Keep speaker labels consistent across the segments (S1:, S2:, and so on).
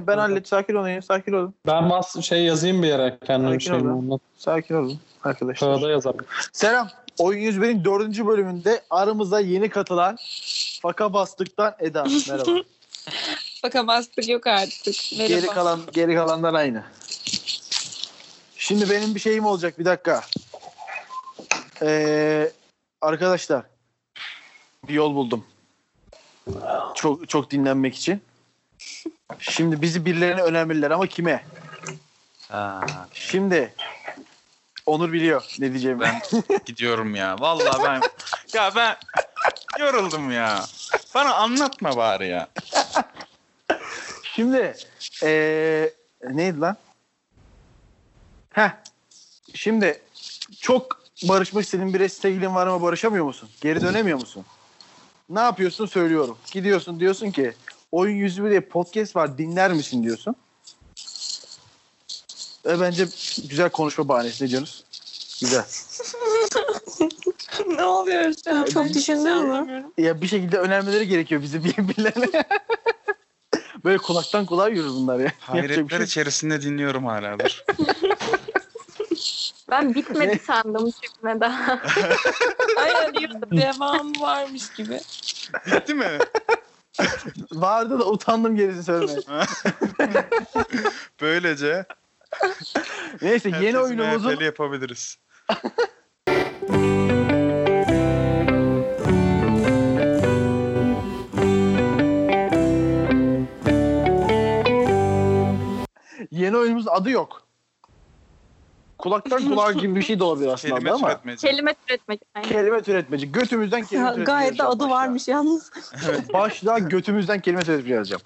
S1: ben hallet. Sakin olun ya. Sakin olun.
S2: Ben mas şey yazayım bir yere kendime bir
S1: Sakin ol
S2: şeyimi
S1: lan.
S2: anlat.
S1: Sakin olun arkadaşlar.
S2: Kağıda yazarım.
S1: Selam. Oyun 101'in dördüncü bölümünde aramıza yeni katılan Faka Bastık'tan Eda. Merhaba.
S3: Bakamazdık yok artık. Merhaba.
S1: geri kalan geri kalanlar aynı. Şimdi benim bir şeyim olacak bir dakika. Ee, arkadaşlar bir yol buldum. Çok çok dinlenmek için. Şimdi bizi birilerine önermeliler ama kime?
S4: Ha,
S1: Şimdi Onur biliyor ne diyeceğimi.
S4: Ben- gidiyorum ya. Vallahi ben ya ben yoruldum ya. Bana anlatma bari ya.
S1: Şimdi eee, neydi lan? Heh. Şimdi çok barışmak istediğin bir sevgilin var ama barışamıyor musun? Geri dönemiyor musun? Ne yapıyorsun söylüyorum. Gidiyorsun diyorsun ki oyun 101 diye podcast var dinler misin diyorsun. Ve bence güzel konuşma bahanesi ne diyorsunuz? Güzel.
S3: ne oluyor şu an?
S1: Çok
S3: düşündün mü?
S1: Ya bir şekilde önermeleri gerekiyor bizi birbirlerine. Böyle kulaktan kulağa yürür bunlar ya. Yapacak bir
S4: Hayretler
S1: şey
S4: içerisinde dinliyorum hala. Dur.
S5: Ben bitmedi sandım şimdi daha.
S3: Hayır devam varmış gibi.
S4: Bitti mi?
S1: Vardı da utandım gerisini söylemeye.
S4: Böylece
S1: Neyse yeni
S4: herkesin
S1: oyunumuzun
S4: MHP'li yapabiliriz.
S1: yeni oyunumuzun adı yok. Kulaktan kulağa gibi bir şey de olabilir aslında
S4: Kelime
S1: adı ama.
S4: türetmece.
S5: Kelime türetmek. Aynen.
S1: Kelime türetmeci. Götümüzden kelime türetmeci.
S3: Gayet de
S1: yazacağım
S3: adı
S1: başlığa.
S3: varmış yalnız.
S1: Başlığa götümüzden kelime türetmeci yazacağım.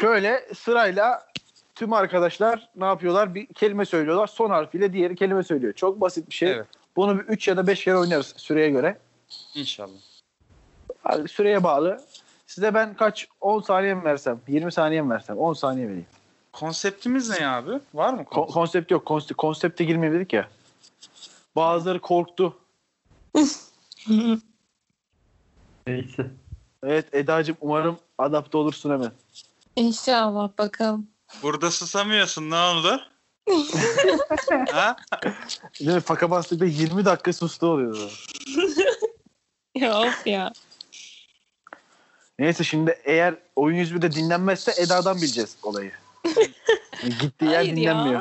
S1: Şöyle sırayla tüm arkadaşlar ne yapıyorlar? Bir kelime söylüyorlar. Son harfiyle diğeri kelime söylüyor. Çok basit bir şey.
S4: Evet.
S1: Bunu bir 3 ya da 5 kere oynarız süreye göre.
S4: İnşallah.
S1: Abi Süreye bağlı. Size ben kaç 10 saniye mi versem? 20 saniye mi versem? 10 saniye vereyim.
S4: Konseptimiz ne ya abi? Var
S1: Kon-
S4: mı konsept?
S1: konsept yok. Konse- konsepte girmeyelim dedik ya. Bazıları korktu.
S6: Neyse.
S1: Evet Eda'cığım umarım adapte olursun hemen.
S3: İnşallah bakalım.
S4: Burada susamıyorsun ne oldu? ha?
S1: Değil mi? Faka bastıkta 20 dakika sustu oluyordu.
S3: Ya of ya.
S1: Neyse şimdi eğer oyun 101'de dinlenmezse Eda'dan bileceğiz olayı. Yani Gittiği yer
S3: Hayır ya.
S1: dinlenmiyor.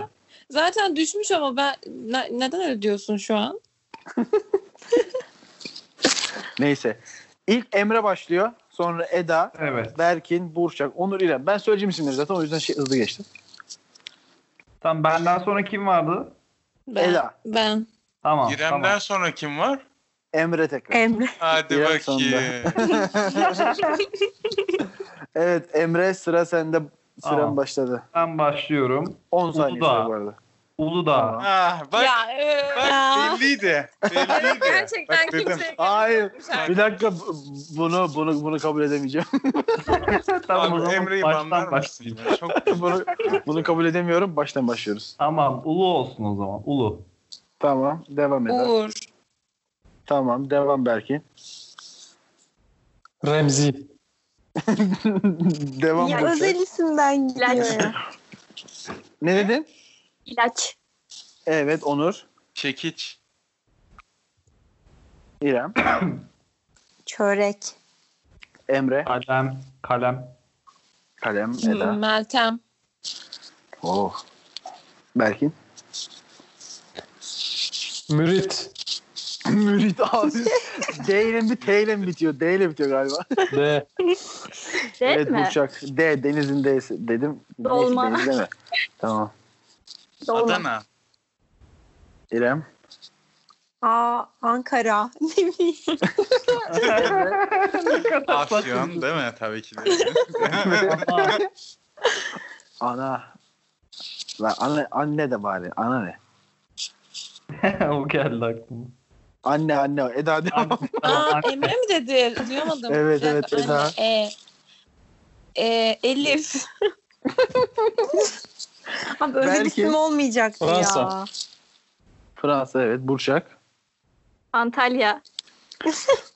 S3: Zaten düşmüş ama ben ne- neden öyle diyorsun şu an?
S1: Neyse. İlk Emre başlıyor. Sonra Eda,
S6: Evet.
S1: Berkin, Burçak, Onur, İrem. Ben söyleyeceğim isimleri zaten o yüzden şey, hızlı geçtim.
S6: Tamam benden sonra kim vardı?
S3: Ben,
S1: Ela.
S3: Ben.
S6: Tamam.
S4: İrem'den sonra kim var?
S1: Emre tekrar.
S5: Emre.
S4: Hadi
S1: İrem
S4: bakayım.
S1: Evet Emre sıra sende. Süren
S6: Tamam.
S1: başladı.
S6: Tamam. Ben başlıyorum.
S1: 10 saniye
S6: Uludağ.
S1: süre bu arada.
S6: Uludağ.
S1: Tamam.
S4: ah, bak
S3: ya, e,
S4: Bak
S3: ya.
S4: belliydi. Belliydi.
S5: Gerçekten
S4: Bak dedim.
S5: kimse
S1: Hayır.
S4: Bak,
S1: Bir dakika bu- bunu bunu bunu kabul edemeyeceğim.
S6: tamam o
S4: Abi
S6: zaman
S4: Emre'yi banlar
S6: baştan baş.
S4: mısın? ya? Çok
S1: bunu bunu kabul edemiyorum. Baştan başlıyoruz.
S6: Tamam Ulu olsun o zaman. Ulu.
S1: Tamam, devam Eda.
S3: Uğur.
S1: Tamam, devam Berkin.
S2: Remzi.
S1: devam
S5: Ya,
S1: Burcu.
S7: Özel isimden gidiyor ya.
S1: Ne dedin?
S5: ilaç.
S1: Evet Onur,
S4: çekiç.
S1: İrem,
S7: Çörek.
S1: Emre,
S6: Kalem. Kalem.
S1: Kalem,
S3: Hmm.
S1: Eda. Oh.
S3: Meltem.
S1: Oo. Berkin.
S2: Mürit.
S1: Mürit abi. D ile mi T ile mi bitiyor? D ile bitiyor galiba.
S2: D.
S5: Değil
S1: evet
S5: mi?
S1: Burçak. D denizin D'si dedim. Neyse,
S5: Dolma.
S1: Deniz deme. Tamam.
S5: Dolma.
S4: Adana.
S1: İrem.
S7: Aa, Ankara. Ne bileyim.
S4: Afyon değil mi? Tabii ki de.
S6: Ama
S1: Ana. Lan anne, anne de bari. Ana ne?
S6: o geldi aklıma.
S1: Anne anne. Eda devam.
S3: Aa,
S6: Tamam.
S3: Emre mi dedi? Duyamadım.
S1: Evet,
S3: Bir
S1: evet,
S3: dakika.
S1: Eda.
S3: E, e, Elif.
S7: Abi özel
S1: Belki.
S7: isim olmayacaktı
S2: Fransa.
S7: ya.
S1: Fransa evet. Burçak.
S5: Antalya.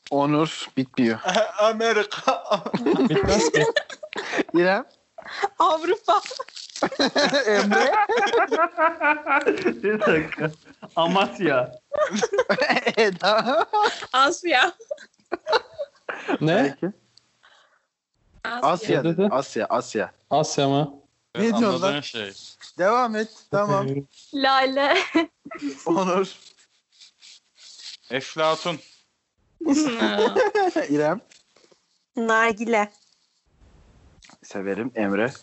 S1: Onur bitmiyor.
S4: Amerika.
S2: Bitmez ki.
S1: İrem.
S7: Avrupa.
S1: Emre.
S6: Bir dakika. Amasya.
S1: Eda.
S3: Asya.
S2: Ne?
S1: Belki.
S3: Asya.
S1: Asya.
S2: Dedi.
S1: dedi. Asya. Asya.
S2: Asya mı?
S1: Ne diyorsun lan?
S4: Anladığın şey.
S1: Devam et. Tamam.
S5: Lale.
S1: Onur.
S4: Eflatun.
S1: İrem.
S7: Nargile.
S1: Severim. Emre.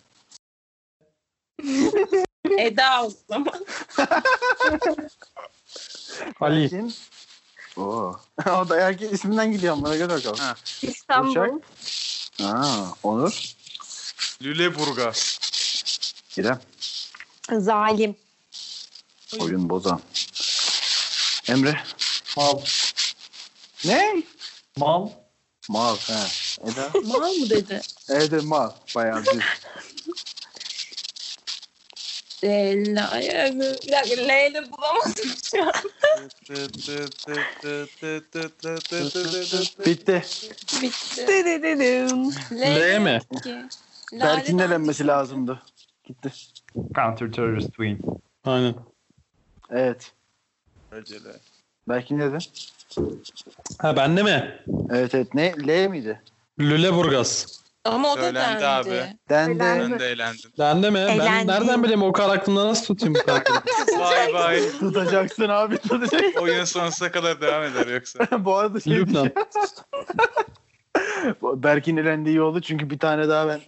S3: Eda o zaman.
S2: Ali.
S1: Erkin. Oo. o da erkek isminden gidiyor. Bana göre bakalım.
S4: Ha.
S5: İstanbul.
S1: Aa, Onur.
S4: Lüleburgaz.
S1: İrem.
S7: Zalim.
S1: Oyun bozan. Emre.
S6: Mal.
S1: Ne?
S6: Mal.
S1: Mal. He. Eda.
S3: Mal mı dedi?
S1: Eda mal. Bayağı düz.
S3: Leyla. Bir dakika Leyla bulamadım şu an.
S1: Bitti.
S3: Bitti.
S7: Dı-dı-dı-dım.
S2: L mi?
S3: ki. Lale
S1: Berk'in elenmesi lazımdı. Gitti.
S6: Counter Terrorist Wing.
S2: Aynen.
S1: Evet.
S4: Acele.
S1: Berk'in dedi.
S2: Ha bende mi?
S1: Evet evet. Ne? L miydi?
S2: Lüleburgaz.
S3: Ama o da
S4: Söylendi
S3: dendi.
S4: abi.
S1: Dende.
S5: Elendi.
S4: Ben de eğlendim.
S2: Bende mi? Ben
S7: Eğlendim.
S2: nereden bileyim o kadar aklımda nasıl tutayım bu kadar?
S4: Bay bay.
S1: Tutacaksın abi tutacak.
S4: Oyun sonsuza kadar devam eder yoksa.
S1: Bu arada şey
S2: Lübnan.
S1: diyeceğim. Berk'in elendiği iyi oldu çünkü bir tane daha ben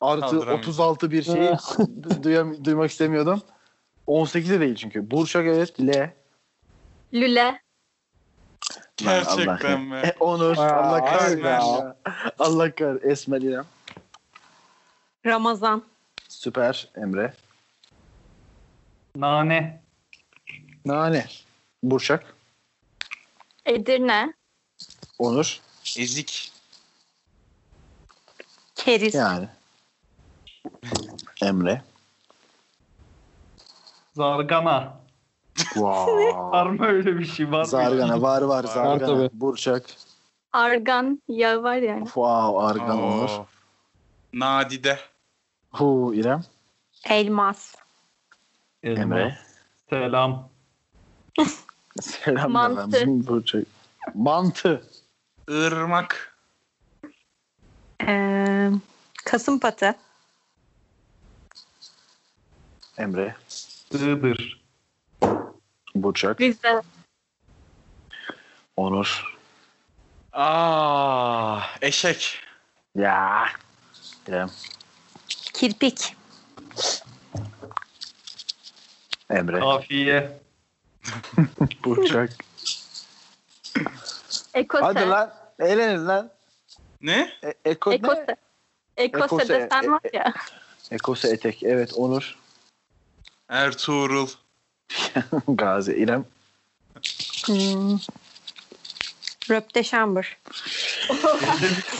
S1: artı
S4: Kaldıramıyorum.
S1: 36 bir şeyi du- duyam- duymak istemiyordum. 18 de değil çünkü. Burçak evet L.
S5: Lüle.
S1: Lan Allah
S4: Gerçekten
S1: kahretsin.
S4: mi?
S1: E, Onur.
S2: Aa,
S1: Allah kahretsin.
S4: Esmer.
S1: ya. Allah kahretsin. Esmer İrem.
S7: Ramazan.
S1: Süper Emre.
S6: Nane.
S1: Nane. Burçak.
S5: Edirne.
S1: Onur.
S4: Ezik.
S7: Keriz.
S1: Yani. Emre.
S6: Zargana. Var
S1: Wow.
S6: mı öyle bir şey? Var mı?
S1: Zargana var var Zargana.
S2: tabii.
S1: Burçak.
S5: Argan. Ya var yani.
S1: Wow Argan Onur.
S4: Oo. Nadide.
S1: Hu İrem.
S7: Elmas.
S6: Elma.
S1: Emre.
S6: Selam.
S1: Selam
S5: Mantı.
S1: efendim. Burçak. Mantı.
S4: Irmak.
S7: Ee, Kasımpatı.
S1: Emre.
S6: Iğdır.
S1: Burçak.
S5: Rize.
S1: Onur.
S4: Aa,
S1: Ah.
S4: eşek.
S1: Ya. İrem.
S7: Kirpik.
S1: Emre.
S6: Kafiye.
S1: Burçak.
S5: Ekose.
S1: Hadi lan. Eğlenin lan.
S4: Ne?
S1: E- Eko ne?
S5: Ekose. Ekose
S1: Ekose, e-
S5: desen var ya.
S1: Ekosa etek. Evet Onur.
S4: Ertuğrul.
S1: Gazi. İrem.
S7: Hmm. Röpteşambır.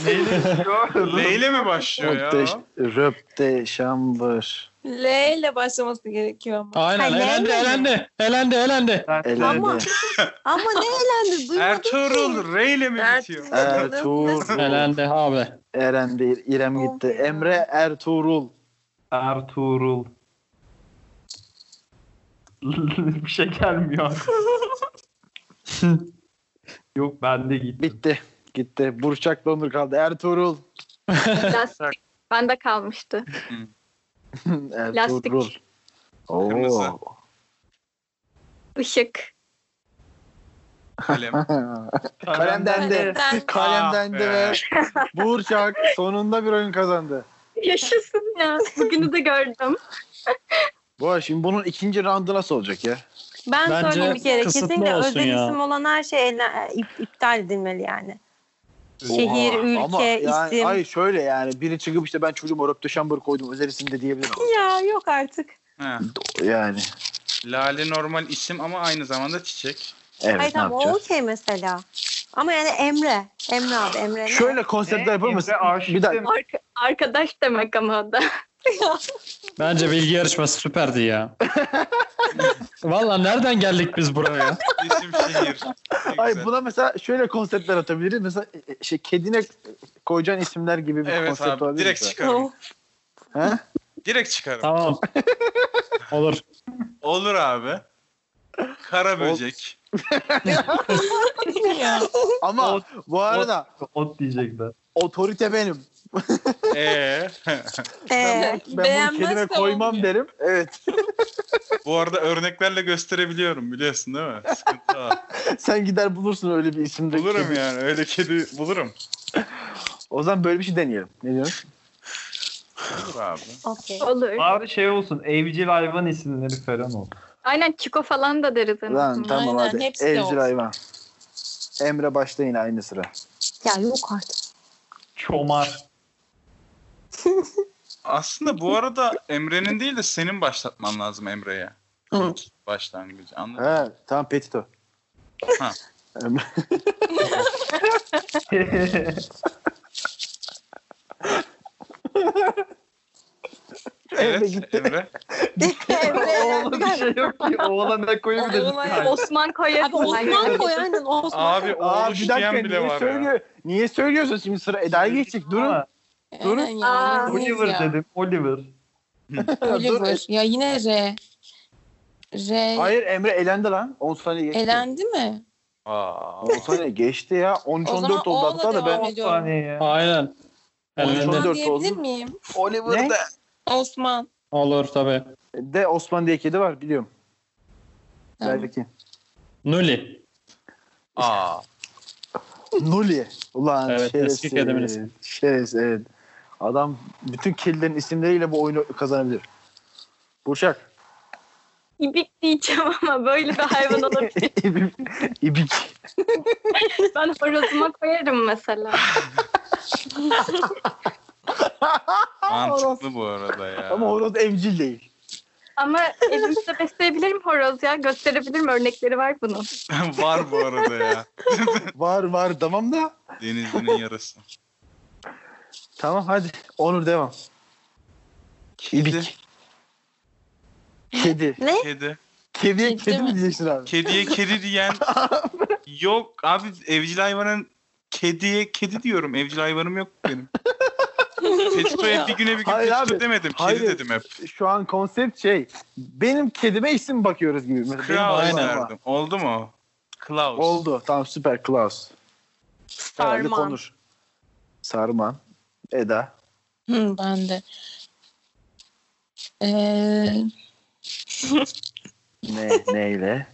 S6: Neyle bitiyor?
S4: Leyle mi başlıyor ya?
S1: Röpte, röpte şambır.
S3: L ile başlaması gerekiyor ama.
S2: Aynen
S7: Ha,
S2: elendi
S7: L mi?
S2: elendi. Elendi elendi.
S1: Elendi.
S7: Ama- Ama ne elendi? Duymadım ki.
S4: Ertuğrul Reyle mi bitiyor?
S1: Ertuğrul.
S2: Elendi abi.
S1: Eren değil. İrem gitti. Emre Ertuğrul.
S6: Ertuğrul. bir şey gelmiyor. Yok ben de gittim.
S1: Bitti. Gitti. Burçak Donur kaldı. Ertuğrul.
S5: Lastik. Bende kalmıştı.
S1: Ertuğrul.
S4: Kırmızı.
S1: Oo.
S5: Işık.
S4: Kalem.
S1: Kalemden de.
S3: Kalemden.
S1: Kalemden de
S4: Ah
S1: ve
S4: be.
S1: Burçak sonunda bir oyun kazandı.
S5: Yaşasın ya. Bugünü de gördüm.
S1: Bu arada şimdi bunun ikinci roundu nasıl olacak ya?
S7: Ben
S2: Bence
S7: söyleyeyim bir kere.
S2: kısıtlı
S7: Kesinlikle
S2: olsun
S7: özel
S2: ya.
S7: isim olan her şey elden- e, ip- iptal edilmeli yani.
S1: Şey-
S7: Şehir, ülke,
S1: Ama yani,
S7: isim.
S1: Ay şöyle yani biri çıkıp işte ben çocuğuma Röpte Şambır koydum özel isim de diyebilir ama.
S7: Ya yok artık.
S4: Ha.
S1: Yani
S4: Lale normal isim ama aynı zamanda çiçek.
S1: evet
S7: Hayır
S1: ne
S7: tamam o
S1: yapacağız?
S7: okey mesela. Ama yani Emre. Emre abi Emre ne?
S1: Şöyle konseptler yapar
S4: E,
S1: mısın? Bir dakika.
S5: Arka- arkadaş demek ama o da.
S2: Bence bilgi yarışması süperdi ya. Valla nereden geldik biz buraya?
S4: İsim şehir. Ne
S1: Ay
S4: güzel.
S1: buna mesela şöyle konseptler atabiliriz. Mesela e, şey kedine koyacağın isimler gibi bir
S4: evet
S1: konsept
S4: abi
S1: olabilir.
S4: direkt
S7: Oh.
S1: mesela.
S4: çıkarım.
S7: Of.
S1: Ha?
S4: Direkt çıkarım.
S2: Tamam. Olur.
S4: Olur abi. Kara böcek.
S1: Ama
S6: Ot-
S1: bu arada
S6: Ot diyecekler.
S1: otorite benim.
S4: Ee,
S7: Ee,
S1: Ben bunu kendime
S3: Beğenmezsem
S1: koymam
S3: olmuyor.
S1: derim. Evet.
S4: bu arada örneklerle gösterebiliyorum biliyorsun değil mi? Sıkıntı var.
S1: Sen gider bulursun öyle bir isimde.
S4: Bulurum yani öyle kedi bulurum.
S1: O zaman böyle bir şey deneyelim. Ne diyorsun?
S4: Olur abi.
S7: okey.
S5: Olur.
S6: Bari şey olsun. Evcil hayvan isimleri falan olsun.
S5: Aynen Çiko falan da deriz en
S1: Lan
S5: azından.
S1: tamam
S3: Aynen,
S1: hadi.
S3: hepsi de
S1: Evcil
S3: olsun.
S1: hayvan. Emre başta yine aynı sıra.
S7: Ya yok artık.
S6: Çomar.
S4: Aslında bu arada Emre'nin değil de senin başlatman lazım Emre'ye. Başlangıcı anladın mı?
S1: Ha, tamam Petito.
S4: Ha.
S1: Emre- Emre
S4: Evet
S1: gitti.
S4: Emre.
S6: Oğlan bir şey yok ki. Oğlan ne koyayım dedim.
S3: Oğlan-
S6: Yani.
S5: Osman koyarız.
S7: Abi Osman koy aynen Osman.
S4: Abi
S1: Aa,
S4: oğluş
S1: bir
S4: diyen
S1: dakika
S4: bile
S1: niye,
S4: var ya.
S1: söylüyor, niye söylüyorsun şimdi sıra Eda'ya geçecek durun.
S6: Ha,
S1: Durun.
S3: Aynen ya,
S5: Aa,
S3: yine
S6: Oliver
S3: ya.
S6: dedim. Oliver.
S1: Dur,
S3: Oliver. Ya yine R. R.
S1: Hayır Emre elendi lan 10 saniye geçti.
S3: Elendi mi?
S4: Aa,
S1: 10 saniye geçti ya
S3: O zaman
S1: 13-14 oldu hatta
S3: O'la
S1: da
S3: devam
S1: ben
S3: ediyorum.
S6: Saniye ya.
S2: Aynen. Elinde.
S1: 14
S3: Osman
S1: oldu.
S3: diyebilir miyim?
S1: Ne?
S4: Oliver'da.
S3: Osman.
S2: Olur tabii.
S1: de Osman diye kedi var biliyorum.
S3: Tamam.
S1: Ver bakayım.
S2: Nuli.
S4: Aa.
S1: Nuli. Ulan
S2: Evet, eski
S1: şerefsiz.
S2: kedimin ismi.
S1: Şerefsiz evet. Adam bütün kedilerin isimleriyle bu oyunu kazanabilir. Burçak.
S5: İbik diyeceğim ama böyle bir hayvan olabilir.
S1: İbik. İbik.
S5: Ben horozuma koyarım mesela.
S4: Mantıklı bu arada ya.
S1: Ama horoz evcil değil.
S5: Ama evimizde besleyebilirim horoz ya. Gösterebilirim. Örnekleri var bunun.
S4: var bu arada ya.
S1: Var var tamam da.
S4: Denizli'nin yarısı.
S1: Tamam hadi. Onur devam.
S4: Kedi.
S1: İbik. Kedi.
S4: Kedi.
S1: Kediye
S3: Kedi
S1: kedi mi
S3: mi?
S1: diyeceksin abi?
S4: Kediye kedi diyen yok abi evcil hayvanın kediye kedi diyorum. Evcil hayvanım yok benim. Petito'ya bir güne bir gün
S1: Hayır
S4: Petito
S1: abi,
S4: demedim. Kedi
S1: hayır.
S4: dedim hep.
S1: Şu an konsept şey. Benim kedime isim bakıyoruz gibi. Mesela benim
S4: Klaus
S1: hayvanım
S2: aynen.
S1: var.
S4: derdim. Oldu mu? Klaus.
S1: Oldu. Tamam süper Klaus. Herhalde
S7: Sarman.
S1: konur. Sarman. Eda.
S3: Hı, ben de. Ee,
S1: Ne, neyle?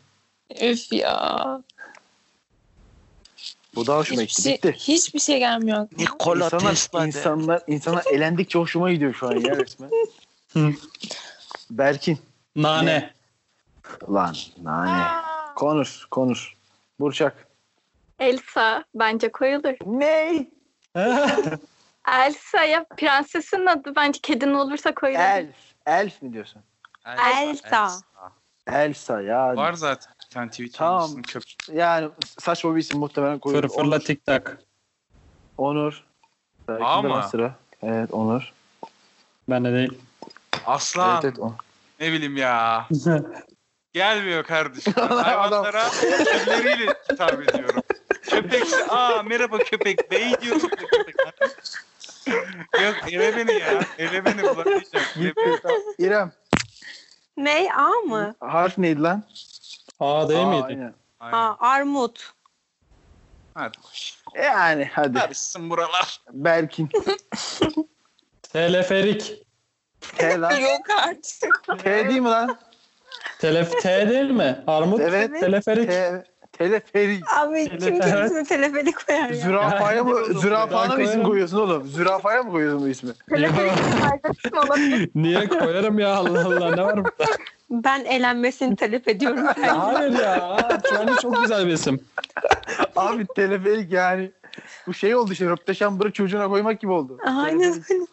S3: öf ya.
S1: Bu da hoşuma
S3: Hiçbir
S1: gitti.
S3: şey,
S1: Bitti.
S3: hiçbir şey gelmiyor.
S1: insanlar, insanlar, insanlar elendikçe hoşuma gidiyor şu an ya resmen.
S2: Hı.
S1: Berkin.
S2: Nane.
S1: Lan nane. Konur. Konur. Burçak.
S5: Elsa bence koyulur.
S1: Ney?
S5: Elsa ya prensesin adı bence kedin olursa koyulur.
S1: Elf. Elf mi diyorsun?
S7: Elsa.
S1: Elsa ya.
S4: Var zaten. Bir tane tweet
S1: Tamam.
S4: tamam. köpek.
S1: Yani saçma bir isim muhtemelen koyuyor.
S2: Fır fırla
S1: Onur.
S2: tik tak.
S1: Onur. Berkin'de
S4: Ama.
S1: var Sıra. Evet Onur.
S2: Ben de değil.
S4: Aslan.
S1: Evet, evet, Onur.
S4: Ne bileyim ya. Gelmiyor kardeşim. Ben
S1: Adam-
S4: Hayvanlara elleriyle hitap ediyorum. Köpekse aa merhaba köpek bey diyorum. Yok ele beni ya. Ele beni bulamayacağım. Ele beni.
S1: İrem.
S7: Ney A mı?
S1: Harf neydi lan?
S2: Aa değil
S1: Aa,
S2: Şey miydi?
S1: aynen.
S4: Aynen.
S7: Ha, armut.
S4: Hadi koş.
S1: Yani hadi.
S4: Karışsın buralar.
S1: Berkin.
S2: Teleferik.
S1: T lan.
S3: Yok artık.
S1: T değil mi lan?
S2: Telef T değil mi? Armut.
S1: Evet.
S2: Teleferik.
S1: T. Teleferi.
S7: Abi kim
S2: Telefer-
S7: kendisine teleferi koyar ya?
S1: Zürafaya mı, zürafana mı
S2: Ben
S1: isim
S2: koyarım.
S1: koyuyorsun oğlum? Zürafaya mı koyuyorsun bu ismi?
S5: Teleferik paylaşım olabilir.
S2: Niye koyarım ya Allah Allah ne var burada?
S7: Ben elenmesini talep ediyorum.
S2: Hayır ya. Yani çok güzel bir isim.
S1: Abi teleferik yani. Bu şey oldu işte röpteşambırı çocuğuna koymak gibi oldu.
S7: Aynen öyle.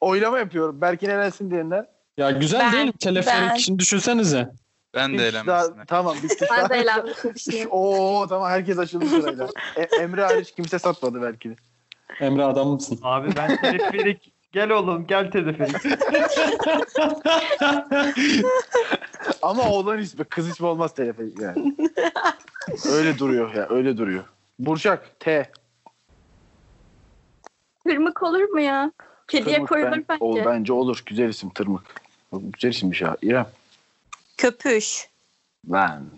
S1: Oylama yapıyorum. Berkin elensin diyenler.
S2: Ya güzel
S7: Ben-
S2: değil mi teleferik?
S3: ben-
S2: Şimdi düşünsenize.
S4: Ben de
S1: Hiç
S4: elenmesin.
S1: daha- Tamam bitti.
S5: Ben de eğlenmişim düşünüyorum.
S1: Oo tamam herkes açıldı sırayla. E- Emre hariç kimse satmadı Berkin'i.
S2: Emre adam mısın?
S6: Abi ben teleferik. Gel oğlum gel teleferik.
S1: Ama oğlan ismi kız ismi olmaz teleferik yani. öyle duruyor ya öyle duruyor. Burçak T.
S5: Tırmık olur mu ya? Kediye
S1: Tırmık
S5: koyulur
S1: ben- O,
S5: bence.
S1: bence olur. Güzel isim tırmık. Güzel isimmiş ya. İrem.
S7: Köpüş.
S1: Lan.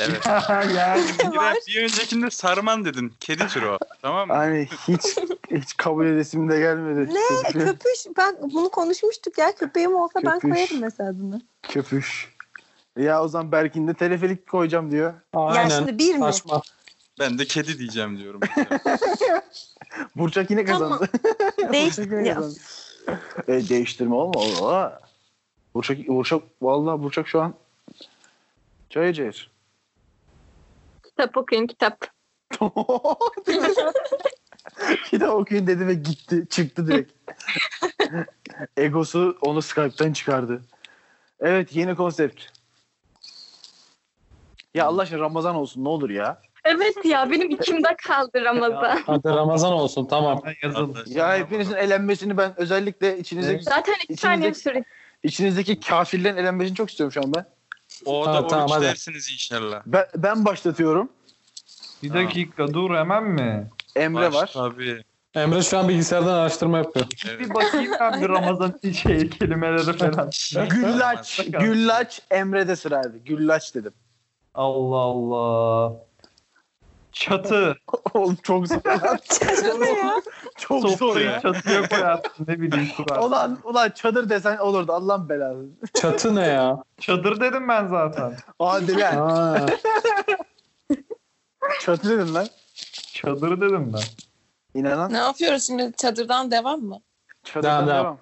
S4: Evet.
S6: ya.
S4: İrem, bir öncekinde sarman dedin. Kedi türü o. Tamam mı?
S1: Hani hiç hiç kabul edesim de gelmedi.
S7: Ne?
S1: Köpüş.
S7: E, Köpüş. Ben bunu konuşmuştuk ya. Köpeğim olsa ben
S1: Köpüş.
S7: koyarım mesela bunu.
S1: Köpüş. Ya o zaman Berk'in de teleferik koyacağım diyor.
S7: Ya
S2: Aynen.
S7: şimdi bir mi?
S2: Saçma.
S4: Ben de kedi diyeceğim diyorum.
S1: Burçak yine kazandı.
S7: Değiş.
S1: şey
S7: Ya,
S1: e, değiştirme olma. Oo. Burçak, Burçak, vallahi Burçak şu an çayır çayır.
S5: Kitap okuyun kitap.
S1: Bir de okuyun dedi ve gitti. Çıktı direkt. Egosu onu Skype'tan çıkardı. Evet yeni konsept. Ya Allah aşkına Ramazan olsun ne olur ya.
S5: Evet ya benim içimde kaldı Ramazan.
S2: Hadi Ramazan olsun tamam.
S6: Yazıldı.
S1: Ya hepinizin elenmesini ben özellikle içinizdeki,
S5: Zaten iki
S1: İçimizdeki-
S5: saniye sürdü.
S1: içinizdeki kafirlerin elenmesini çok istiyorum şu an ben.
S4: O
S2: Ha,
S4: da
S2: tamam,
S4: oruç
S2: hadi.
S4: dersiniz inşallah.
S1: Ben, ben başlatıyorum.
S6: Bir dakika dur hemen mi?
S1: Emre var.
S4: Tabii.
S2: Emre şu an bilgisayardan araştırma yapıyor.
S4: Evet.
S6: Bir bakayım ben bir Ramazan şey kelimeleri falan.
S1: şey- Güllaç.
S6: Bakalım.
S1: Güllaç Emre'de sıraydı. Güllaç dedim.
S6: Allah Allah. Çatı.
S1: Oğlum çok zor.
S7: bu ne ya?
S1: çok zor
S6: Sofrayı
S1: ya.
S6: çatıya koyarsın ne bileyim kurar.
S1: Ulan, ulan çadır desen olurdu. Allah'ın belası.
S2: Çatı ne ya?
S6: Çadır dedim ben zaten.
S1: Hadi lan.
S2: Aa,
S1: Çatı dedin lan.
S6: Çadır dedim ben.
S1: İnanan.
S3: Ne yapıyoruz şimdi? Çadırdan devam mı?
S1: Çadırdan
S2: Devam, devam.
S1: devam.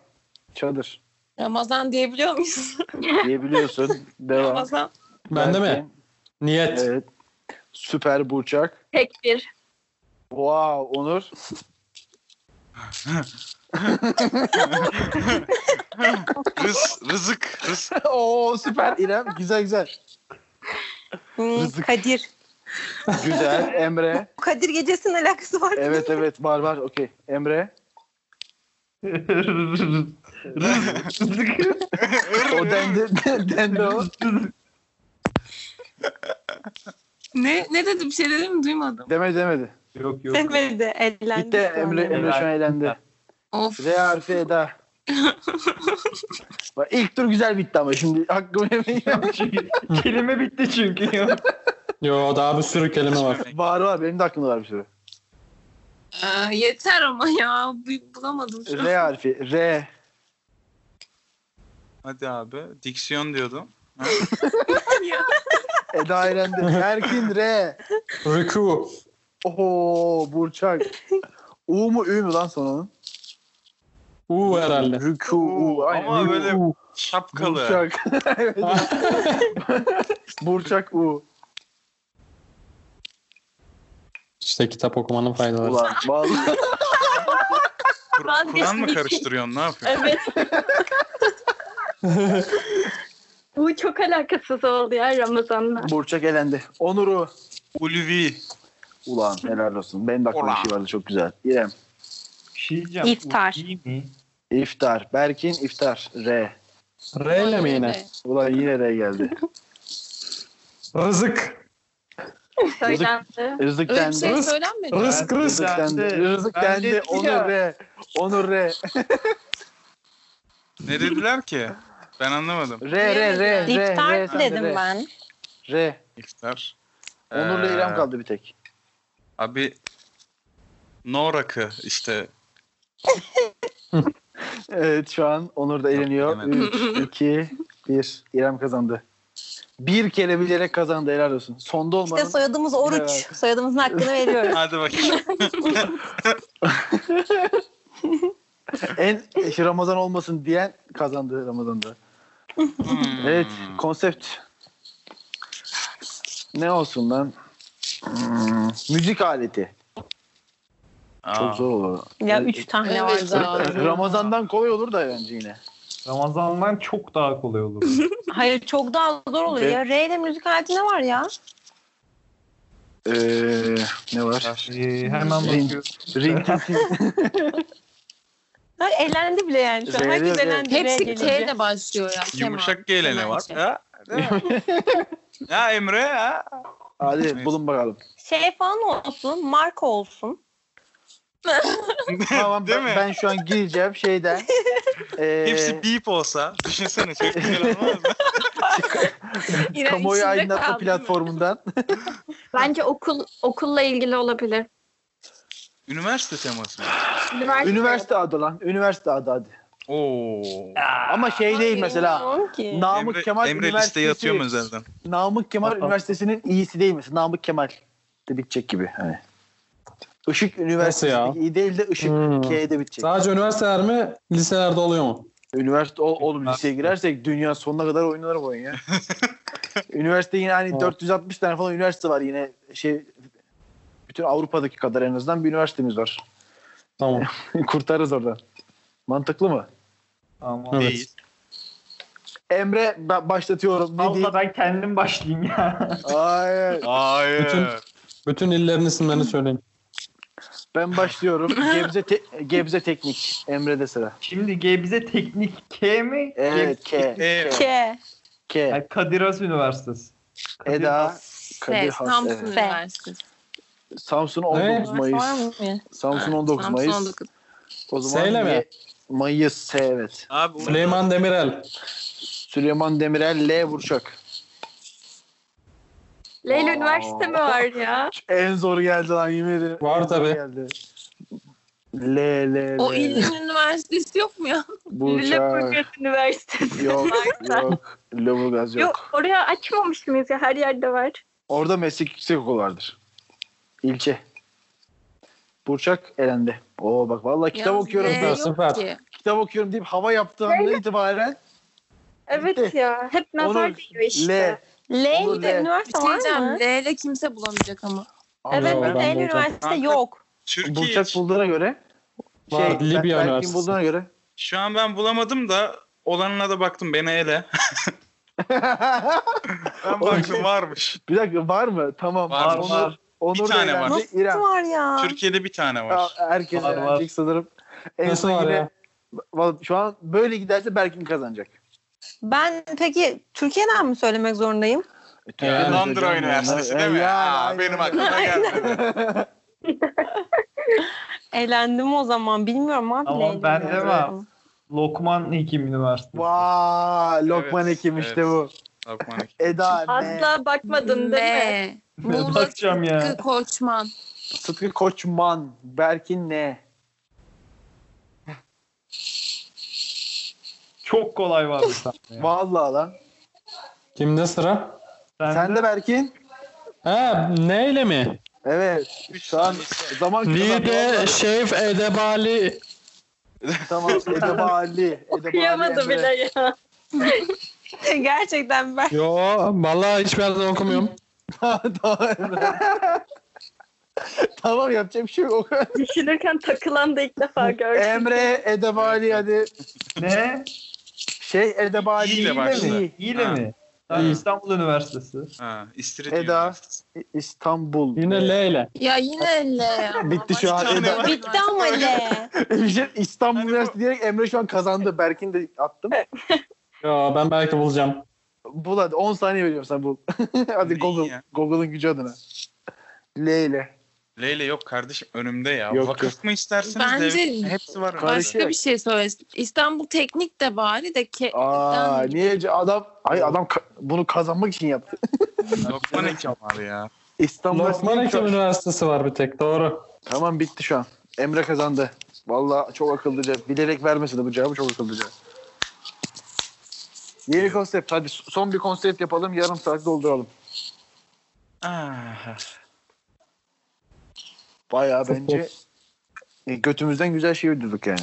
S1: Çadır.
S3: Ramazan diyebiliyor muyuz?
S1: Diyebiliyorsun. Devam.
S3: Ramazan.
S2: bende mi?
S1: Belki.
S2: Niyet.
S1: Evet. Süper Burçak.
S5: Tek bir.
S1: Wow Onur.
S4: Rız, rızık. Rız.
S1: Oo süper İrem. Güzel güzel.
S7: Hmm, Kadir.
S1: Güzel Emre.
S7: Bu Kadir gecesinin alakası var.
S1: Evet evet var var. Okey. Emre.
S6: Rızık.
S1: O dendi, dendi o.
S3: Ne ne dedi bir şey dedi mi duymadım.
S1: Demedi demedi.
S6: yok yok.
S7: Demedi. Ellendi.
S1: Bitti
S7: sonra.
S1: Emre, Emre şu an eğlendi.
S3: Of.
S1: R harfi Eda. Bak ilk tur güzel bitti ama şimdi hakkımı yemeyeyim.
S6: şey- Kelime bitti çünkü.
S2: Yo daha bir sürü kelime var.
S1: Var var benim de aklımda var bir sürü.
S3: Aa, e, yeter ama ya. Bu- Bulamadım şu an.
S1: R harfi. R.
S4: Hadi abi. Diksiyon diyordum.
S1: Eda eğlendi. Erkin R.
S2: Ruku.
S1: Oho Burçak. U mu Ü mü lan son onun?
S2: U herhalde.
S1: Rükû. U. Aynen.
S4: Ama
S1: Rükû.
S4: böyle şapkalı.
S1: Burçak. Evet. Burçak U.
S2: işte kitap okumanın faydaları.
S1: Ulan vallahi.
S4: Kur-
S5: Vazgeçtim.
S4: Kur'an mı karıştırıyorsun? Ne yapıyorsun?
S5: Evet. Bu çok alakasız oldu ya Ramazan'la.
S1: Burçak elendi. Onur'u.
S4: Ulvi.
S1: Ulan helal olsun. Benim de aklımda bir şey vardı çok güzel. İrem.
S6: Bir şey diyeceğim.
S7: İftar.
S6: Bu iyi mi?
S1: İftar. Berkin iftar. R.
S2: R ile mi yine?
S1: Ulan yine R geldi.
S2: Rızık.
S5: Söylendi.
S1: Rızık
S3: Öyle bir
S1: dendi.
S3: şey söylenmedi.
S2: Rızık
S6: Ben-
S2: rızık.
S1: Rızık dendi. Rızık
S6: Ben
S1: dendi.
S6: dedim ya.
S1: Onur R. Onur R.
S4: Ne dediler ki? Ben anlamadım.
S1: R R R R.
S7: İftar
S1: R, sen de
S7: dedim
S1: R.
S7: ben.
S1: R.
S4: İftar.
S1: Onur'la
S4: Ee,
S1: İrem kaldı bir tek.
S4: Abi no rakı işte.
S1: Evet şu an Onur da eğleniyor.
S4: yemedim.
S1: 3, 2, 1. İrem kazandı. Bir kere bilerek kazandı helal olsun. Sonda
S7: İşte
S1: olmanın
S7: soyadımız Oruç.
S1: Evet.
S7: Soyadımızın hakkını veriyoruz.
S4: Hadi bakayım.
S1: en e, Ramazan olmasın diyen kazandı Ramazan'da.
S4: Hmm.
S1: Evet konsept. Ne olsun lan? Hmm, müzik aleti.
S4: Aa,
S1: Çok zor olur.
S7: ya üç tane var.
S3: Evet abi.
S1: Ramazan'dan kolay olur da bence yine.
S6: Ramazan'dan çok daha kolay olur.
S7: Hayır çok daha zor oluyor.
S1: Ve-
S7: Ya R ile müzik aleti ne var ya?
S1: Ee, ne var?
S6: ee, hemen
S1: Ring.
S6: bakıyorum.
S1: Ringtone.
S7: Ha, elendi bile yani. Şu an
S1: R ile
S7: herkes
S1: R.
S7: elendi. R
S3: Hepsi
S7: gelince.
S3: K ile başlıyor ya. Kemal.
S4: Yumuşak gelene var.
S3: Kemal'cim.
S4: Ya, değil mi? ya Emre ya.
S1: Hadi bulun bakalım.
S7: Şey falan olsun. Marka olsun.
S1: Tamam
S4: Değil
S1: ben,
S4: mi?
S1: ben şu an gireceğim şeyden. Ee,
S4: Hepsi beep olsa düşünsene çok güzel olmaz mı?
S3: İrem
S1: kamuoyu
S3: içinde
S1: aydınlatma
S3: kaldı.
S1: platformundan.
S5: Bence okul okulla ilgili olabilir.
S4: Üniversite teması. mı?
S5: Üniversite.
S1: Üniversite adı lan. Üniversite adı hadi.
S4: Oo.
S1: Ama şey değil mesela.
S7: Bilmiyorum ki.
S1: Namık
S4: Emre,
S1: Kemal
S4: Emre
S1: Üniversitesi.
S4: listeye atıyorum özelden.
S1: Namık Kemal
S6: Tamam.
S1: Üniversitesi'nin iyisi değil mesela. Namık Kemal de bitecek gibi. Hani. Işık
S2: ya?
S1: Üniversitesi iyi değil de Işık
S2: Hmm.
S1: K'de bitecek.
S2: Sadece üniversiteler mi, liselerde oluyor mu?
S1: Üniversite ol, oğlum liseye girersek dünya sonuna kadar oynanır bu oyun ya. üniversite yine hani
S2: Evet.
S1: 460 tane falan üniversite var yine şey bütün Avrupa'daki kadar en azından bir üniversitemiz var.
S2: Tamam.
S1: Kurtarırız oradan. Mantıklı mı?
S6: Ama
S2: Evet.
S4: Değil.
S1: Emre ben başlatıyorum. Ne diyeyim?
S6: Abla ben kendim başlayayım ya.
S1: Ay,
S4: Hayır.
S2: Bütün- Bütün illerin isimlerini söyleyin.
S1: ben başlıyorum. Gebze te- Gebze Teknik Emre'de sıra.
S6: Şimdi Gebze Teknik K mi?
S1: Evet K.
S4: Ee,
S7: K.
S1: K.
S6: Yani Kadir Has Üniversitesi. Kadir
S1: Eda
S6: Has.
S1: Kadir
S3: Evet,
S1: Has.
S3: Samsun
S1: Evet.
S3: Üniversitesi.
S1: Samsun
S2: Ne?
S1: 19 Mayıs. Samsun 19 Mayıs.
S3: Samsun 19.
S1: O
S2: S'yle
S1: zaman
S2: mi?
S1: May- Mayıs S evet.
S4: Abi onu-
S2: Süleyman Demirel.
S1: Süleyman Demirel L Burçak.
S5: Leyla
S1: Aa.
S5: üniversite mi var ya?
S1: En zor geldi lan yemin ederim.
S2: Var
S1: En zor
S2: tabii.
S1: Geldi. L L L.
S3: O ilin üniversitesi yok mu ya?
S1: Burçak.
S5: Lüleburgaz Üniversitesi.
S1: Yok yok. Lüleburgaz yok.
S5: Yok oraya açmamış mıyız ya? Her yerde var.
S1: Orada meslek yüksek okul vardır. İlçe. Burçak elendi. Oo bak vallahi kitap
S3: Yalnız
S1: okuyorum.
S3: L
S2: ben.
S3: Ee, yok
S2: Süper.
S3: ki.
S1: Kitap okuyorum deyip hava yaptığımda itibaren
S5: Evet
S1: Gitti.
S5: ya. Hep nazar
S1: Onur,
S5: değiyor işte.
S1: L.
S7: L
S1: Olur,
S7: bir de
S1: L.
S3: Bir
S7: üniversite
S3: şey
S7: var
S3: diyeceğim.
S7: mı?
S3: L ile kimse bulamayacak ama.
S7: Evet
S2: Yok,
S7: bir de
S2: ben
S7: L
S2: bulacağım.
S7: üniversite
S4: Kanka,
S7: yok.
S4: Türkiye
S1: Burçak
S4: için-
S1: bulduğuna göre şey,
S2: Var, Libya
S1: Berk'in
S2: Üniversitesi.
S1: bulduğuna göre
S4: Şu an ben bulamadım da olanına da baktım beni ele. Ben baktım varmış.
S1: bir dakika var mı? Tamam.
S4: Var,
S1: Onur,
S6: var.
S1: Onur
S4: Bir
S1: da
S4: tane
S1: elendi.
S4: var.
S1: İrem.
S7: var ya.
S4: Türkiye'de bir tane
S1: Aa,
S4: var.
S1: Herkes
S6: Var, var.
S1: elenecek sanırım. En
S2: Nasıl
S1: son
S2: var
S1: yine
S2: ya?
S1: Vallahi şu an böyle giderse Berkin kazanacak.
S7: Ben peki Türkiye'den mi söylemek zorundayım?
S2: Yani.
S4: Ee, Londra Üniversitesi değil mi?
S1: Ya,
S4: Aa,
S1: aynen
S4: benim
S1: öyle.
S4: aklıma geldi.
S7: Eğlendim o zaman. Bilmiyorum abi.
S6: Ama
S7: L
S6: ben
S7: üniversite.
S6: demem. Lokman Hekim Üniversitesi.
S1: Vay, Lokman
S4: Evet,
S1: Hekim işte
S4: evet.
S1: bu.
S4: Lokman Hekim.
S1: Eda Asla.
S5: Asla bakmadın değil mi?
S3: L. Muğla
S6: bakacağım ya?
S3: Sıtkı Koçman.
S1: Sıtkı Koçman, Berkin ne?
S6: Çok kolay var bir tane. ya.
S1: Vallahi lan.
S2: Kimde sıra?
S6: Sen,
S1: Sen de Berkin?
S2: Ha, neyle mi?
S1: Evet.
S4: Üç
S1: Şu an
S4: tanesi.
S1: zaman
S2: Nide Şef Edebali.
S1: Tamam. Edebali.
S5: Kıyamadı bile ya.
S7: Gerçekten ben.
S2: Yo, vallahi hiçbir yerden okumuyorum.
S1: tamam Emre. tamam yapacak bir şey yok.
S5: Düşünürken takılan da ilk defa gördüm.
S1: Emre Edebali hadi.
S6: ne?
S1: Şey Edebali.
S4: İyi de
S1: mi?
S4: başla.
S1: İyi.
S6: İyi de
S4: Ha.
S6: mi? Sen
S4: İyi.
S6: İstanbul Üniversitesi.
S4: Ha, İstiridye
S1: Eda.
S4: Üniversitesi.
S1: İstanbul.
S2: Yine L ile.
S3: Ya yine L ya.
S1: Ee, Bitti şu an.
S4: Başka ne
S1: Eda.
S4: var?
S7: Bitti ama L.
S1: Bir şey- İstanbul
S4: Hani bu-
S1: Üniversitesi diyerek Emre şu an kazandı. Berkin de attım.
S2: Yo, ben belki bulacağım.
S1: Bul hadi 10 saniye veriyorum sana bul. hadi
S4: Ne
S1: Google.
S4: ya?
S1: Google'ın gücü adına. L ile.
S4: Leyla yok kardeşim önümde ya.
S1: Yok,
S4: Vakıf mı istersiniz?
S3: Bence-
S4: devlet mi? hepsi var. önümde.
S1: Karışık.
S3: Başka bir şey söyle. İstanbul Teknik de bari de
S5: E,
S3: ke
S1: Aa
S3: Ben-
S1: niye ce- adam ay adam ka- bunu kazanmak için yaptı.
S4: Lokman Hekim var ya.
S1: İstanbul
S2: Lokman
S1: Üniversitesi-
S2: Hekim Üniversitesi var bir tek, doğru.
S1: Tamam bitti şu an. Emre kazandı. Vallahi çok akıllıca. Bilerek vermese de bu cevabı çok akıllıca. Yeni konsept. Hadi son bir konsept yapalım. Yarım saat dolduralım.
S4: Ah,
S1: Bayağı bence e, götümüzden güzel şey uydurduk yani.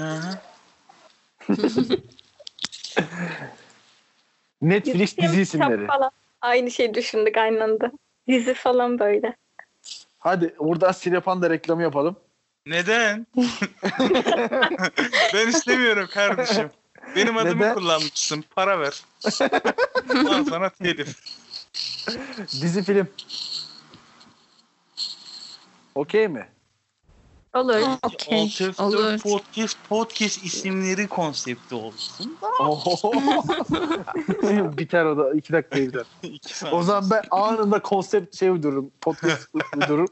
S4: ah.
S1: Netflix
S5: Yetişen
S1: dizi
S5: kitap
S1: isimleri.
S5: Falan. Aynı şey düşündük aynı anda. Dizi falan böyle.
S1: Hadi oradan Sinepan da reklamı yapalım.
S4: Neden? ben istemiyorum kardeşim. Benim adımı
S1: Neden?
S4: kullanmışsın. Para ver. Al sana telif.
S1: Dizi film. Okey mi?
S5: Olur.
S7: Okey.
S4: Alternatif
S3: Olur.
S4: Podcast, podcast isimleri konsepti olsun.
S1: Oho. biter o da. iki dakika biter.
S4: İki
S1: O
S4: saniye.
S1: zaman ben anında konsept şey uydururum. Podcast uydururum.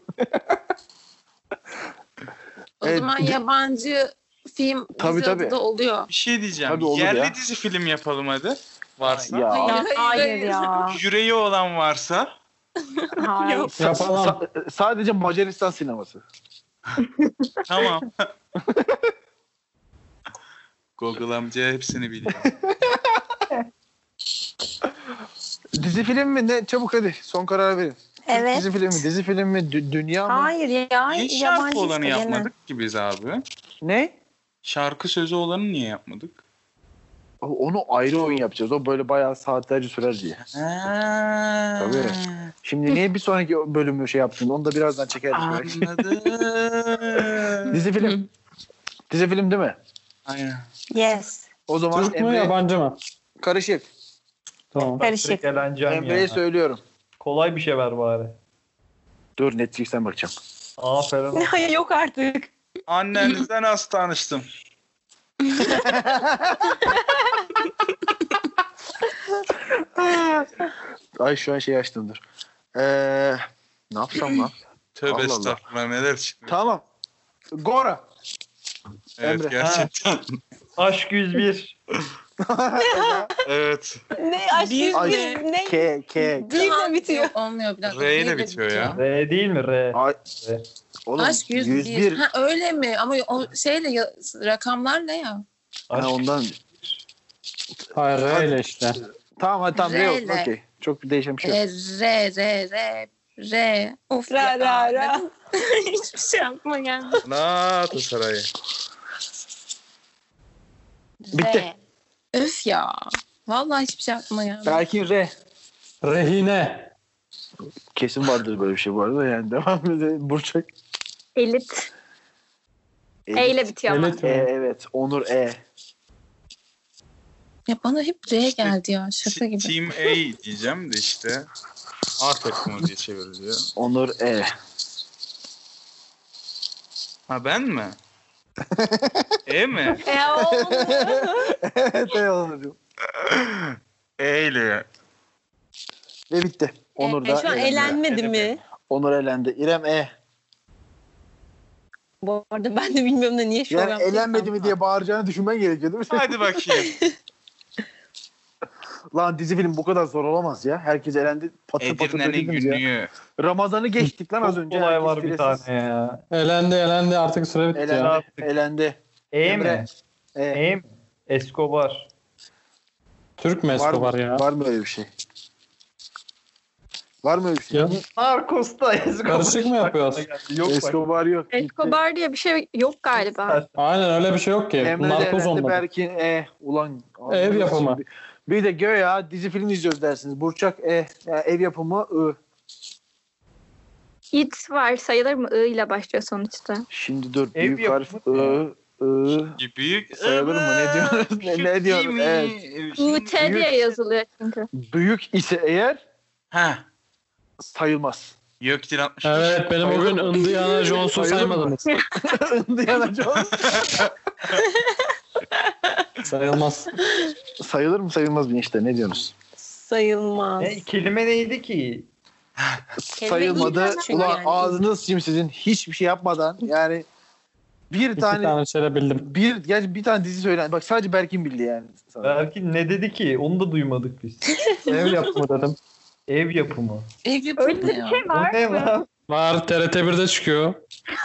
S3: O
S1: Evet,
S3: zaman
S1: bir de-
S3: yabancı film
S1: Tabii,
S3: tabii,
S1: tabii.
S3: da oluyor.
S4: Bir şey diyeceğim.
S1: Tabii olur
S4: Yerli
S1: ya.
S4: dizi film yapalım hadi. Varsa.
S1: Ya.
S3: Hayır,
S7: Ya,
S3: hayır,
S7: hayır
S3: hayır.
S7: ya.
S4: Yüreği olan varsa.
S7: Hayır.
S3: Yok.
S2: Yapalım.
S1: Sa- sadece Macaristan sineması.
S4: Tamam. Google amca hepsini biliyor.
S1: Dizi film mi ne? Çabuk hadi son karar verin.
S7: Evet.
S1: Dizi film mi? Dizi film mi? Dü- dünya mı?
S7: Hayır ya.
S4: Niye
S7: Yabancı şey
S4: şarkı olanı
S7: işte gene.
S4: yapmadık ki biz abi?
S1: Ne?
S4: Şarkı sözü olanı niye yapmadık?
S1: Onu ayrı oyun yapacağız. O böyle bayağı saatlerce sürer diye. Tabii. Şimdi niye bir sonraki bölümü şey yaptın? Onu da birazdan çekeriz. belki.
S4: Anladım.
S1: Dizi film. Dizi film değil mi?
S4: Aynen.
S7: Yes.
S1: O zaman
S2: Türk mü
S1: Emre
S2: yabancı mı?
S1: karışık.
S2: Tamam.
S7: Karışık.
S6: Gelen can
S1: Emre'ye
S6: ya.
S1: söylüyorum.
S6: Kolay bir şey ver bari.
S1: Dur Netflix'ten bakacağım.
S6: Aferin.
S7: Hayır yok artık.
S4: Annenizden az tanıştım.
S1: Ay şu an şey açtım dur. Ee, ne yapsam lan?
S4: Tövbe
S1: Allah Allah.
S4: estağfurullah neler çıkıyor.
S1: tamam. Gora.
S4: evet
S1: Emre.
S4: gerçekten.
S6: Aşk 101.
S4: evet.
S7: Ne aşk
S3: Bir-
S7: yüz
S1: Ay,
S7: bir ne?
S1: K, K.
S7: Dil'le bitiyor.
S3: Yok, olmuyor bir dakika.
S4: R ile
S3: Neyle
S4: bitiyor ya.
S6: R değil mi R?
S1: Ay. Oğlum,
S3: Aşk 101.
S1: 101. Ha,
S3: Ha, öyle mi? Ama o şeyle ya- rakamlarla ya.
S6: Aşk
S1: ondan.
S2: Hayır öyle işte.
S1: Tamam hadi tamam. Reo.
S3: Reyle.
S1: Okey. Çok bir değişen bir şey yok.
S3: E, R, R, R, R. Of
S7: Ra
S3: ya,
S7: ra ra.
S3: Hiçbir şey aklıma gelmedi.
S4: Galatasaray'ı.
S1: Bitti.
S3: R. Öf ya. Vallahi hiçbir şey aklıma gelmedi.
S1: Belki R.
S2: Rehine.
S1: Kesin vardır böyle bir şey bu arada. Yani devam edelim. Burçak.
S5: Elit.
S1: Elif.
S5: E ile bitiyor ama.
S2: Elit
S1: E,
S2: mi?
S1: evet. Onur E.
S3: Ya bana hep R geldi ya şaka gibi.
S4: Team A diyeceğim de işte. A takımı diye çevriliyor.
S1: Onur E.
S4: Ha ben mi? e mi?
S7: E oğlum.
S1: evet E Onur'cum.
S4: E ile.
S1: Ve bitti. Onur
S7: E,
S1: da
S7: şu an
S1: elendi.
S7: eğlenmedi mi?
S1: Onur elendi. İrem E.
S7: Bu arada ben de bilmiyorum da niye şu an.
S1: Yani elenmedi mi diye bağıracağını düşünmen gerekiyor değil mi?
S4: Hadi bakayım.
S1: lan dizi film bu kadar zor olamaz ya. Herkes elendi. Patır patır
S4: Edirne'nin
S1: dediniz ya.
S4: günlüğü.
S1: Ramazan'ı geçtik lan az
S6: Çok
S1: önce.
S6: kolay
S1: Herkes
S6: var bir
S1: stresiz.
S6: tane ya.
S2: Elendi elendi artık süre bitti ya.
S1: Elendi. Elendi.
S6: E
S1: Emre.
S6: mi?
S1: E.
S6: E mi? Escobar.
S2: Türk mü
S1: var, mı,
S2: Escobar ya?
S1: var mı öyle bir şey? Var mı öyle bir şey?
S2: Ya,
S6: Narcos'ta Escobar.
S2: Karışık mı yapıyoruz?
S6: Yok bak.
S1: Escobar yok.
S5: Escobar diye bir şey yok galiba.
S2: aynen öyle bir şey yok ki.
S1: Emre de
S2: Narkoz
S1: elendi,
S2: olmadı.
S1: Berkin E. Ulan.
S2: Ev
S1: Allah
S2: yapımı.
S1: şimdi. Bir de gör ya dizi film izliyoruz dersiniz. Burçak E. Ya ev yapımı I.
S5: It var sayılır mı? I ile başlıyor sonuçta.
S1: Şimdi dur.
S6: Ev
S1: büyük harf I.
S6: yapımı
S1: I.
S4: Büyük.
S1: Sayılır mı? Ne diyorsunuz? Ne- ne diyorsunuz? Evet.
S5: UT diye yazılıyor çünkü.
S1: Büyük ise eğer
S4: Ha.
S1: sayılmaz.
S4: Gökdil 60.
S2: Evet benim o gün Indiana Jones'u
S1: Sayılır mı?
S2: saymadınız.
S1: Indiana Jones.
S2: Sayılmaz.
S1: sayılır mı sayılmaz mı işte ne diyorsunuz?
S7: Sayılmaz.
S6: Ne, kelime neydi ki?
S1: Sayılmadı.
S7: İlhan çünkü
S1: Ulan
S7: yani.
S1: ağzınız şimdi sizin hiçbir şey yapmadan yani bir
S2: İki
S1: tane,
S2: tane şeyle bildim.
S1: bir gerçi bir tane dizi söylendi. Bak sadece Berkin bildi yani. Sana.
S6: Belki ne dedi ki? Onu da duymadık biz.
S2: Ev yapımı dedim.
S6: Ev yapımı.
S3: Ev yapımı
S5: Öyle bir
S3: ya.
S5: şey
S6: O
S5: var
S6: ne
S5: mı?
S6: lan?
S2: Var TRT 1'de çıkıyor.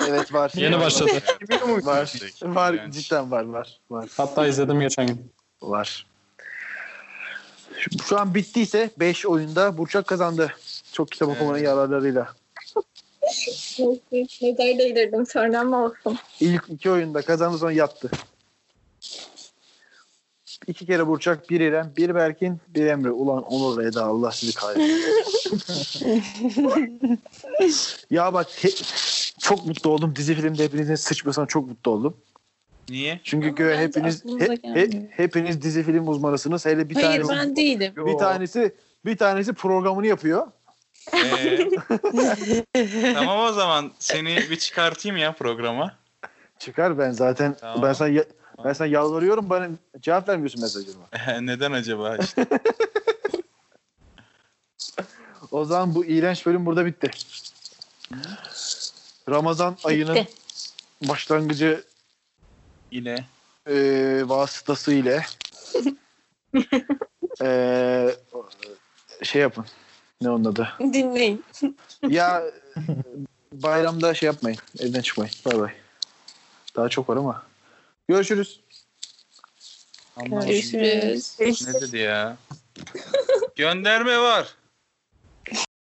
S1: evet var.
S2: Yeni başladı.
S6: Bilmiyor muyuz?
S1: Var.
S4: Şey,
S1: şey. Var cidden var var var
S2: Hatta izledim geçen gün.
S1: var. Şu, şu an bittiyse 5 oyunda Burçak kazandı. Çok kitap okumanın
S4: Evet.
S1: yararlarıyla.
S5: Medayla ilerledim sonra ama olsun.
S1: İlk iki oyunda kazandı sonra yattı. İki kere Burçak, bir İrem, bir Berkin, bir Emre. Ulan Onur Eda Allah sizi kahretsin. ya bak he- çok mutlu oldum. Dizi filmde hepinizin sıçmasına çok mutlu oldum.
S4: Niye?
S1: Çünkü
S3: Ama
S1: göğe
S3: bence
S1: hepiniz
S3: aklımıza
S1: he- he-
S3: gelmiyor.
S1: hepiniz dizi film uzmanısınız. Hele bir
S3: Hayır
S1: tanesi
S3: ben değilim.
S1: bir tanesi bir tanesi programını yapıyor.
S4: Ee, tamam o zaman seni bir çıkartayım ya programa.
S1: Çıkar ben zaten
S4: Tamam.
S1: ben sana ya- ben sana yalvarıyorum bana cevap vermiyorsun mesajıma.
S4: Neden acaba işte?
S1: O zaman bu iğrenç bölüm burada bitti. Ramazan ayının başlangıcı
S4: Yine.
S1: e, vasıtası ile e, şey yapın. Ne onun adı?
S3: Dinleyin.
S1: Ya bayramda şey yapmayın. Evden çıkmayın. Bay bay. Daha çok var ama. Görüşürüz.
S4: Anlamadım.
S3: Görüşürüz.
S4: Ne dedi ya? Gönderme var.